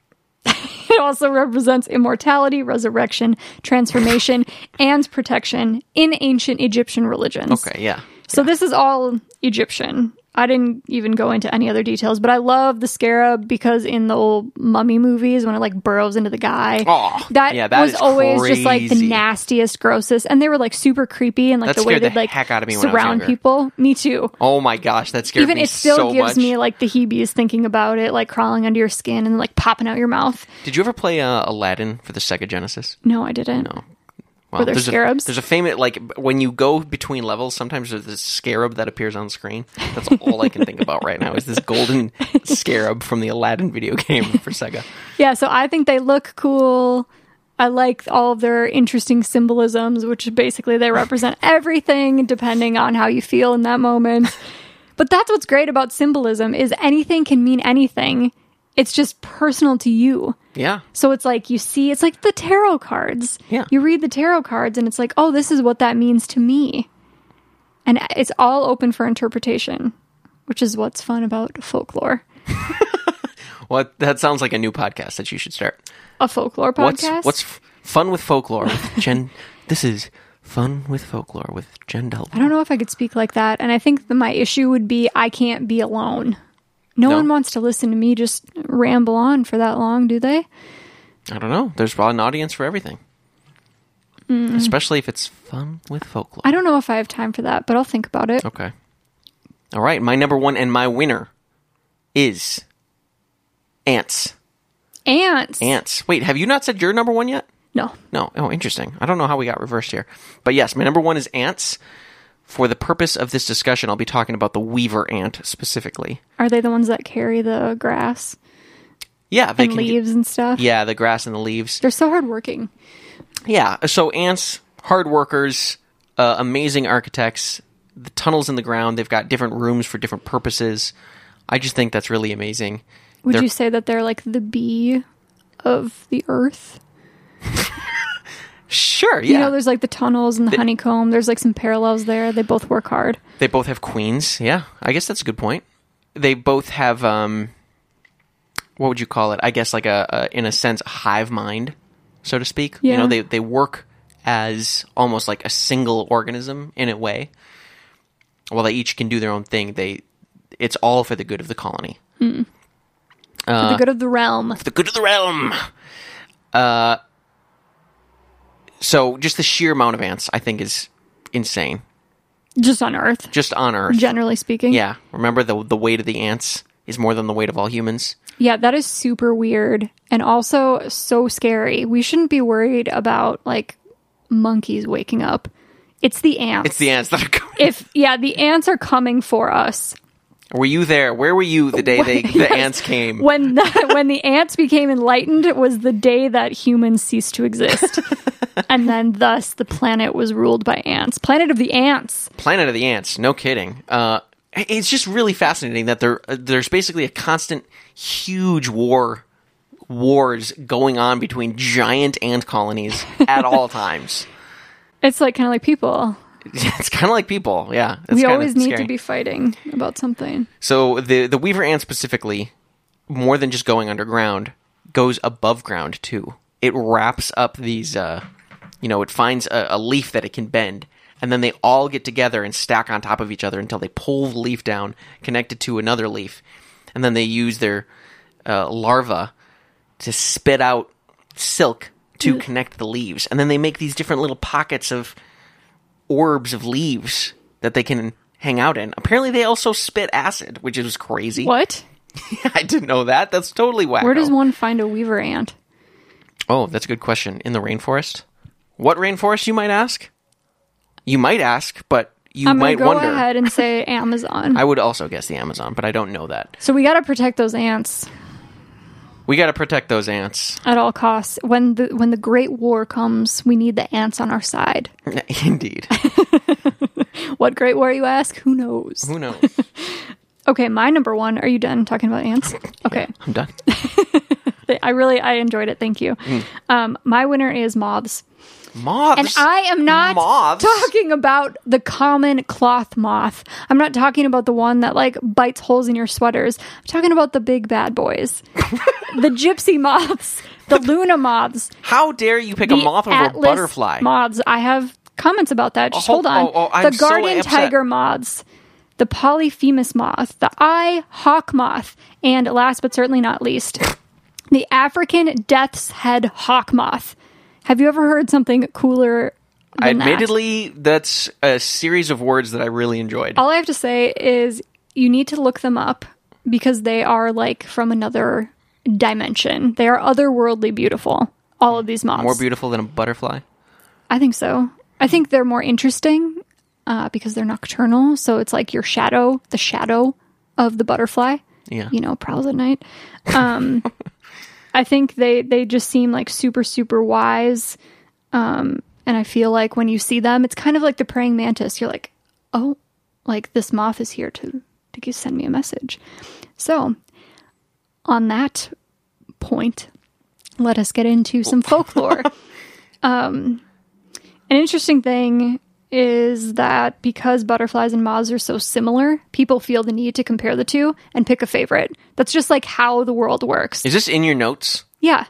Speaker 3: it also represents immortality, resurrection, transformation, and protection in ancient Egyptian religions.
Speaker 1: Okay, yeah.
Speaker 3: So this is all Egyptian. I didn't even go into any other details, but I love the scarab because in the old mummy movies, when it like burrows into the guy,
Speaker 1: Aw,
Speaker 3: that,
Speaker 1: yeah, that
Speaker 3: was
Speaker 1: is
Speaker 3: always just like the
Speaker 1: crazy.
Speaker 3: nastiest, grossest, and they were like super creepy and like
Speaker 1: That
Speaker 3: the way
Speaker 1: scared
Speaker 3: they'd
Speaker 1: the
Speaker 3: like
Speaker 1: heck out of me when I was
Speaker 3: surround
Speaker 1: younger.
Speaker 3: people. Me too
Speaker 1: Oh my gosh, that scared
Speaker 3: even
Speaker 1: me
Speaker 3: it still
Speaker 1: so much.
Speaker 3: gives me like the heebies thinking about it like crawling under your skin and like popping out your mouth
Speaker 1: Did you ever play uh, Aladdin for the Sega Genesis?
Speaker 3: no i didn't
Speaker 1: No. Well,
Speaker 3: there
Speaker 1: there's
Speaker 3: scarabs?
Speaker 1: A, there's a famous like when you go between levels. Sometimes there's this scarab that appears on screen. That's all I can think about right now is this golden scarab from the Aladdin video game for Sega.
Speaker 3: yeah so i think they look cool i like all of their interesting symbolisms which basically they represent everything depending on how you feel in that moment but that's what's great about symbolism is anything can mean anything it's just personal to you
Speaker 1: Yeah,
Speaker 3: So it's like you see, it's like the tarot cards.
Speaker 1: Yeah.
Speaker 3: You read the tarot cards and it's like, oh, this is what that means to me. And it's all open for interpretation, which is what's fun about folklore.
Speaker 1: well, that sounds like a new podcast that you should start.
Speaker 3: A folklore podcast.
Speaker 1: What's what's f- fun with folklore? With Jen, this is fun with folklore with Jen Del.
Speaker 3: I don't know if I could speak like that. And I think that my issue would be I can't be alone. No,
Speaker 1: No.
Speaker 3: one wants to listen to me just ramble on for that long, do they?
Speaker 1: I don't know. There's an audience for everything, especially if it's fun with folklore.
Speaker 3: I don't know if I have time for that, but I'll think about it.
Speaker 1: Okay. All right. My number one and my winner is ants.
Speaker 3: Ants.
Speaker 1: Ants. Wait, have you not said your number one yet?
Speaker 3: No.
Speaker 1: No. Oh, interesting. I don't know how we got reversed here. But yes, my number one is ants. For the purpose of this discussion, I'll be talking about the weaver ant specifically.
Speaker 3: Are they the ones that carry the grass
Speaker 1: Yeah, they
Speaker 3: and
Speaker 1: get-
Speaker 3: leaves and stuff?
Speaker 1: yeah, the grass and the leaves.
Speaker 3: They're so hardworking.
Speaker 1: Yeah. So ants, hard workers, uh, amazing architects. The tunnels in the ground. They've got different rooms for different purposes. I just think that's really amazing.
Speaker 3: Would
Speaker 1: They're-
Speaker 3: you say that they're like the bee of the earth?
Speaker 1: Sure. Yeah.
Speaker 3: You know, there's like the tunnels and the, honeycomb. There's like some parallels there. They both work hard.
Speaker 1: They both have queens. Yeah, I guess that's a good point. They both have um, what would you call it? I guess like a, a in a sense a hive mind. so to speak. You
Speaker 3: Yeah.
Speaker 1: know, they they work as almost like a single organism in a way. While they each can do their own thing, they it's all for the good of the colony, Uh,
Speaker 3: For the good of the realm.
Speaker 1: the good of the realm. Uh, so just the sheer amount of ants, I think, is insane.
Speaker 3: Just on Earth,
Speaker 1: Just on Earth,
Speaker 3: generally speaking.
Speaker 1: yeah. Remember the the weight of the ants is more than the weight of all humans.
Speaker 3: Yeah, that is super weird and also so scary. We shouldn't be worried about like monkeys waking up. It's the ants.
Speaker 1: It's the ants that are coming.
Speaker 3: If yeah, the ants are coming for us.
Speaker 1: Were you there? Where were you the day they, the
Speaker 3: Yes.
Speaker 1: ants came?
Speaker 3: When the, when the ants became enlightened it was the day that humans ceased to exist. and then thus the planet was ruled by ants. Planet of the ants.
Speaker 1: Planet of the Ants. No kidding. Uh, it's just really fascinating that there uh, there's basically a constant huge war wars going on between giant ant colonies at all times.
Speaker 3: It's like kind of like people.
Speaker 1: It's kind of like people. Yeah, it's
Speaker 3: we
Speaker 1: kinda
Speaker 3: always need
Speaker 1: scary.
Speaker 3: to be fighting about something.
Speaker 1: So the the Weaver ant specifically, more than just going underground, goes above ground too. It wraps up these, uh, you know, it finds a, a leaf that it can bend, and then they all get together and stack on top of each other until they pull the leaf down, connected to another leaf, and then they use their uh, larva to spit out silk to connect the leaves, and then they make these different little pockets of orbs of leaves that they can hang out in. Apparently, they also spit acid, which is crazy.
Speaker 3: What?
Speaker 1: I didn't know that. That's totally wacko.
Speaker 3: Where does one find a weaver ant?
Speaker 1: Oh, that's a good question. In the rainforest? What rainforest, you might ask? You might ask, but you
Speaker 3: I'm gonna
Speaker 1: might
Speaker 3: go
Speaker 1: wonder.
Speaker 3: ahead and say Amazon.
Speaker 1: I would also guess the Amazon, but I don't know that.
Speaker 3: so we got to protect those ants
Speaker 1: We got to protect those ants.
Speaker 3: at all costs. When the when the Great War comes, we need the ants on our side.
Speaker 1: Indeed.
Speaker 3: What Great War, you ask? Who knows?
Speaker 1: Who knows?
Speaker 3: Okay, my number one. Are you done talking about ants? Okay,
Speaker 1: I'm done.
Speaker 3: Th- I really I enjoyed it. Thank you. Um, my winner is moths,
Speaker 1: Mm. Moths.
Speaker 3: and I am not
Speaker 1: Moths?
Speaker 3: talking about the common cloth moth. I'm not talking about the one that like bites holes in your sweaters. I'm talking about the big bad boys, the gypsy moths, the Luna moths.
Speaker 1: How dare you pick a
Speaker 3: the
Speaker 1: moth over
Speaker 3: Atlas
Speaker 1: a butterfly?
Speaker 3: Moths. I have comments about that. Just
Speaker 1: Oh,
Speaker 3: hold on.
Speaker 1: oh, oh, I'm
Speaker 3: the
Speaker 1: so
Speaker 3: garden
Speaker 1: upset.
Speaker 3: tiger moths, the polyphemus moth, the eye hawk moth, and last but certainly not least, the African death's head hawk moth. Have you ever heard something cooler? Than that?
Speaker 1: Admittedly, that's a series of words that I really enjoyed.
Speaker 3: all I have to say is you need to look them up because they are like from another dimension. They are otherworldly beautiful. All of these moths.
Speaker 1: More beautiful than a butterfly.
Speaker 3: I think so. I think they're more interesting uh, because they're nocturnal. So it's like your shadow, the shadow of the butterfly,
Speaker 1: Yeah.
Speaker 3: you know, prowls at night. Um, I think they, they just seem like super, super wise. Um, and I feel like when you see them, it's kind of like the praying mantis. You're like, oh, like this moth is here to, to g- send me a message. So on that point, let us get into some folklore. Um, An interesting thing is that because butterflies and moths are so similar, people feel the need to compare the two and pick a favorite. That's just like how the world works.
Speaker 1: Is this in your notes?
Speaker 3: Yeah.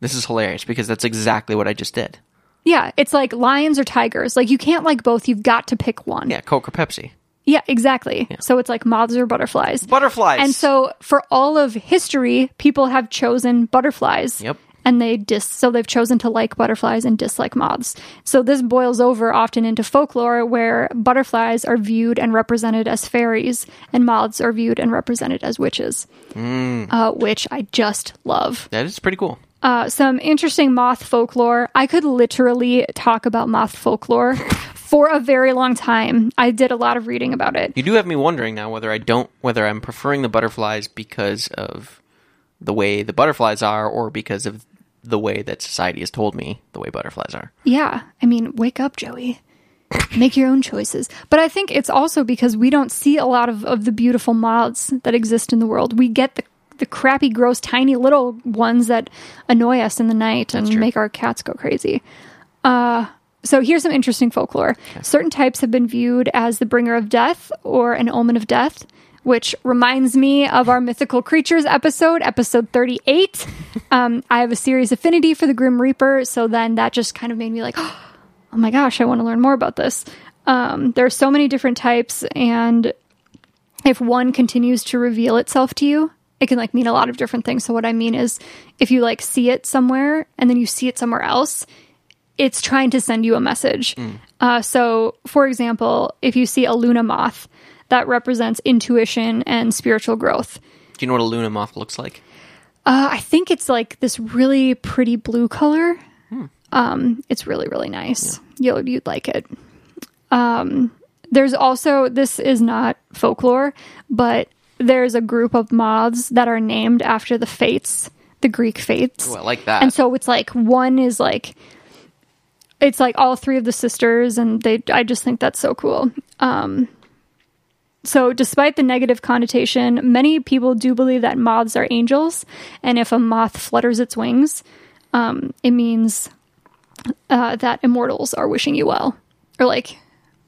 Speaker 1: This is hilarious because that's exactly what I just did.
Speaker 3: Yeah, it's like lions or tigers. Like you can't like both. You've got to pick one.
Speaker 1: Yeah, Coke or Pepsi.
Speaker 3: Yeah, exactly. So it's like moths or butterflies.
Speaker 1: Butterflies.
Speaker 3: And so for all of history, people have chosen butterflies.
Speaker 1: Yep.
Speaker 3: And they dis so they've chosen to like butterflies and dislike moths. So this boils over often into folklore where butterflies are viewed and represented as fairies and moths are viewed and represented as witches.
Speaker 1: Mm.
Speaker 3: Uh, which I just love.
Speaker 1: that is pretty cool.
Speaker 3: Uh, some interesting moth folklore. I could literally talk about moth folklore for a very long time. I did a lot of reading about it.
Speaker 1: You do have me wondering now whether I don't whether I'm preferring the butterflies because of the way the butterflies are or because of the way that society has told me the way butterflies are.
Speaker 3: Yeah. I mean, wake up, Joey. Make your own choices. But I think it's also because we don't see a lot of, of the beautiful moths that exist in the world. We get the, the crappy, gross, tiny little ones that annoy us in the night and make our cats go crazy. Uh, So here's some interesting folklore. Certain types have been viewed as the bringer of death or an omen of death, which reminds me of our mythical creatures episode, episode 38. Um, I have a serious affinity for the Grim Reaper, so then that just kind of made me like, oh my gosh, I want to learn more about this. Um, there are so many different types, and if one continues to reveal itself to you, it can like mean a lot of different things. So what I mean is, if you like see it somewhere and then you see it somewhere else, it's trying to send you a message. Uh, so, for example, if you see a Luna moth, that represents intuition and spiritual growth.
Speaker 1: Do you know what a Luna moth looks like?
Speaker 3: Uh, I think it's like this really pretty blue color. Um, it's really really nice. You'll you'd like it. Um, there's also this is not folklore, but there's a group of moths that are named after the fates, the Greek fates.
Speaker 1: Well, I like that.
Speaker 3: And so it's like one is like it's like all three of the sisters and they I just think that's so cool. Um so despite the negative connotation, many people do believe that moths are angels and if a moth flutters its wings, um it means uh, that immortals are wishing you well or like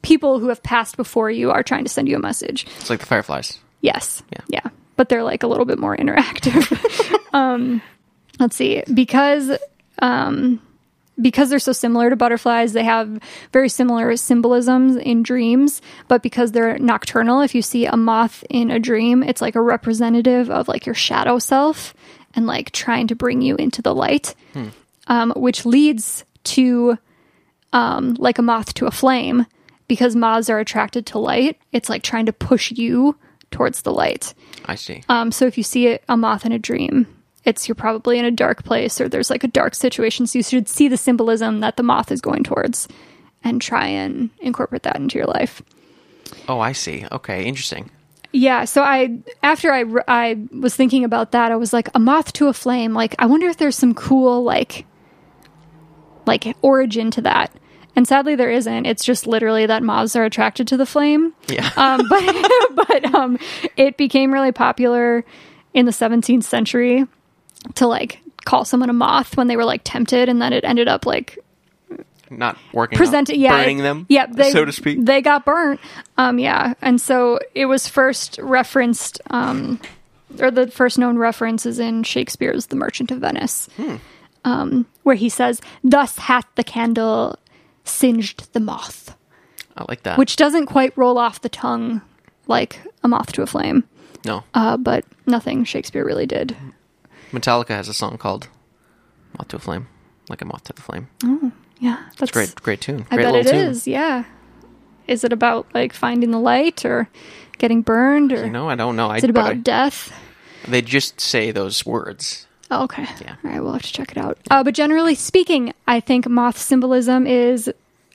Speaker 3: people who have passed before you are trying to send you a message.
Speaker 1: it's like the fireflies.
Speaker 3: Yes. Yeah. But they're like a little bit more interactive. um, let's see. Because um, because they're so similar to butterflies, they have very similar symbolisms in dreams. But because they're nocturnal, if you see a moth in a dream, it's like a representative of like your shadow self and like trying to bring you into the light, um, which leads to um, like a moth to a flame because moths are attracted to light. It's like trying to push you towards the light.
Speaker 1: I see.
Speaker 3: Um, so if you see it, a moth in a dream, it's you're probably in a dark place or there's like a dark situation. So you should see the symbolism that the moth is going towards and try and incorporate that into your life.
Speaker 1: oh, I see. Okay, interesting.
Speaker 3: Yeah. So I, after I, re- I was thinking about that, I was like, a moth to a flame. Like, I wonder if there's some cool, like, like origin to that. And sadly, there isn't. It's just literally that moths are attracted to the flame.
Speaker 1: Yeah.
Speaker 3: um, but but um, it became really popular in the 17th century to like call someone a moth when they were like tempted, and then it ended up like
Speaker 1: Not working. out,
Speaker 3: presented, yeah,
Speaker 1: burning
Speaker 3: it-
Speaker 1: them.
Speaker 3: yeah, they,
Speaker 1: so to speak.
Speaker 3: They got burnt, um, yeah, and so it was first referenced, um, or the first known reference is in Shakespeare's *The Merchant of Venice*,
Speaker 1: Hmm.
Speaker 3: um, where he says, "Thus hath the candle singed the moth."
Speaker 1: I like that.
Speaker 3: which doesn't quite roll off the tongue like a moth to a flame,
Speaker 1: no,
Speaker 3: uh, but nothing Shakespeare really did.
Speaker 1: Metallica has a song called "Moth to a Flame," like a moth to the flame.
Speaker 3: Yeah, that's
Speaker 1: Great, great tune.
Speaker 3: I
Speaker 1: great
Speaker 3: bet
Speaker 1: little
Speaker 3: it
Speaker 1: tune.
Speaker 3: is. Yeah, is it about like finding the light or getting burned or
Speaker 1: You know, I don't know. I,
Speaker 3: is it
Speaker 1: but
Speaker 3: about
Speaker 1: I-
Speaker 3: death?
Speaker 1: they just say those words.
Speaker 3: Oh, okay.
Speaker 1: Yeah.
Speaker 3: All right, we'll have to check it out. Uh, but generally speaking, I think moth symbolism is.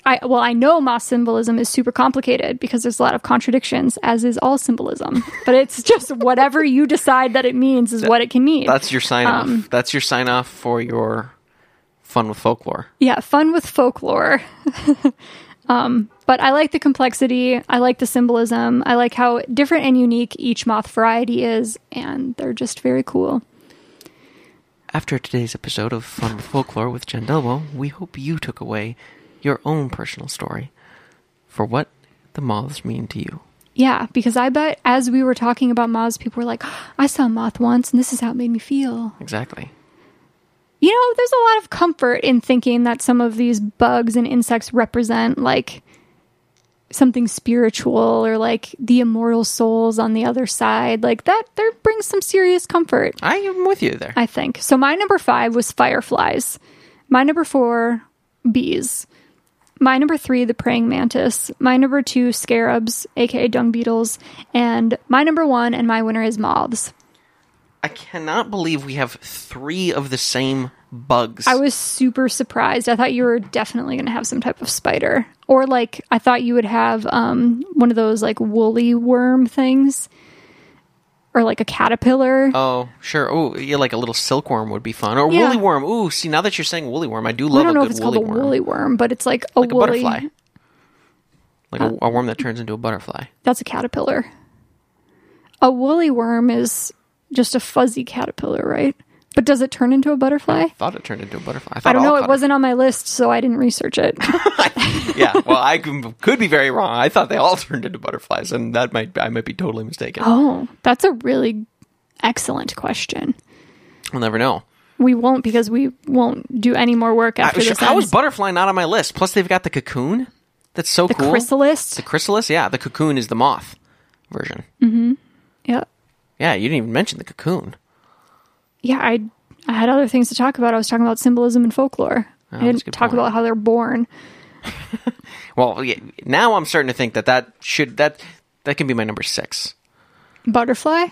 Speaker 3: I, well, I know moth symbolism is super complicated because there's a lot of contradictions, as is all symbolism. But it's just whatever you decide that it means is what it can mean.
Speaker 1: That's your sign off.
Speaker 3: Um,
Speaker 1: That's your sign off for your fun with folklore.
Speaker 3: Yeah, fun with folklore. um, but I like the complexity. I like the symbolism. I like how different and unique each moth variety is, and they're just very cool.
Speaker 1: After today's episode of Fun with Folklore with Jen Delbo, we hope you took away your own personal story for what the moths mean to you.
Speaker 3: Yeah, because I bet as we were talking about moths, people were like, "Oh, I saw a moth once, and this is how it made me feel.
Speaker 1: Exactly.
Speaker 3: You know, there's a lot of comfort in thinking that some of these bugs and insects represent like something spiritual or like the immortal souls on the other side. Like that, there brings some serious comfort.
Speaker 1: I am with you there.
Speaker 3: I think. So my number five was fireflies. My number four, bees. My number three, the praying mantis. My number two, scarabs, aka dung beetles. And my number one and my winner is moths.
Speaker 1: I cannot believe we have three of the same bugs.
Speaker 3: I was super surprised. I thought you were definitely going to have some type of spider. Or like, I thought you would have um, one of those like woolly worm things. Or like a caterpillar.
Speaker 1: oh, sure. Oh, yeah, like a little silkworm would be fun. Or
Speaker 3: Yeah.
Speaker 1: woolly worm. Ooh, see, now that you're saying woolly worm, I do love
Speaker 3: I don't
Speaker 1: a
Speaker 3: know
Speaker 1: good
Speaker 3: if it's
Speaker 1: woolly
Speaker 3: called a
Speaker 1: worm.
Speaker 3: woolly worm, but it's like a
Speaker 1: like a
Speaker 3: woolly. Uh,
Speaker 1: butterfly. Like a, a worm that turns into a butterfly.
Speaker 3: That's a caterpillar. A woolly worm is just a fuzzy caterpillar, right? But does it turn into a butterfly?
Speaker 1: Thought it turned into a butterfly.
Speaker 3: I
Speaker 1: thought
Speaker 3: don't know. It
Speaker 1: alcotter-
Speaker 3: wasn't on my list, so I didn't research it.
Speaker 1: yeah. Well, I c- could be very wrong. I thought they all turned into butterflies, and that might I might be totally mistaken.
Speaker 3: oh, that's a really excellent question.
Speaker 1: We'll never know.
Speaker 3: We won't because we won't do any more work
Speaker 1: I,
Speaker 3: after
Speaker 1: sure,
Speaker 3: this.
Speaker 1: how is
Speaker 3: ends.
Speaker 1: butterfly not on my list? Plus, they've got the cocoon. That's so
Speaker 3: the
Speaker 1: cool.
Speaker 3: chrysalis?
Speaker 1: The chrysalis. Yeah, the cocoon is the moth version.
Speaker 3: Mm. yeah,
Speaker 1: Yeah, you didn't even mention the cocoon.
Speaker 3: yeah. I I had other things to talk about. I was talking about symbolism and
Speaker 1: Oh,
Speaker 3: folklore. I
Speaker 1: that's a
Speaker 3: didn't
Speaker 1: good
Speaker 3: talk
Speaker 1: point.
Speaker 3: about how they're born.
Speaker 1: Well, yeah, now I'm starting to think that that should that that can be my number six.
Speaker 3: Butterfly,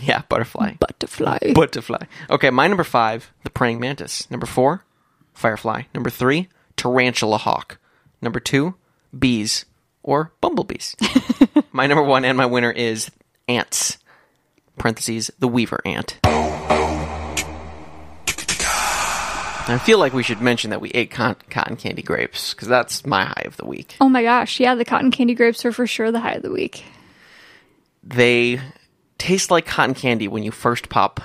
Speaker 1: yeah, butterfly.
Speaker 3: butterfly.
Speaker 1: Butterfly. Okay, my number five, the praying mantis. Number four, firefly. Number three, tarantula hawk. Number two, bees or bumblebees. my number one and my winner is ants. Parentheses, the weaver ant. I feel like we should mention that we ate con- cotton candy grapes because that's my high of the week.
Speaker 3: oh my gosh! Yeah, the cotton candy grapes are for sure the high of the week.
Speaker 1: They taste like cotton candy when you first pop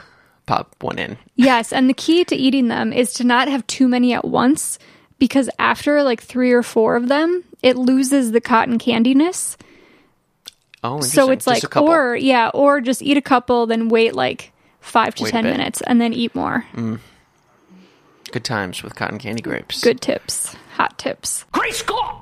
Speaker 1: pop one in.
Speaker 3: Yes, and the key to eating them is to not have too many at once because after like 3 or 4 of them, it loses the cotton candiness.
Speaker 1: Oh,
Speaker 3: So
Speaker 1: interesting.
Speaker 3: it's
Speaker 1: Just a
Speaker 3: like
Speaker 1: couple.
Speaker 3: or yeah, or just eat a couple then wait like 5 to
Speaker 1: Wait a
Speaker 3: 10
Speaker 1: bit. Mm.
Speaker 3: minutes and then eat more.
Speaker 1: Good times with cotton candy grapes.
Speaker 3: Good tips. Hot tips.
Speaker 2: Great Scott!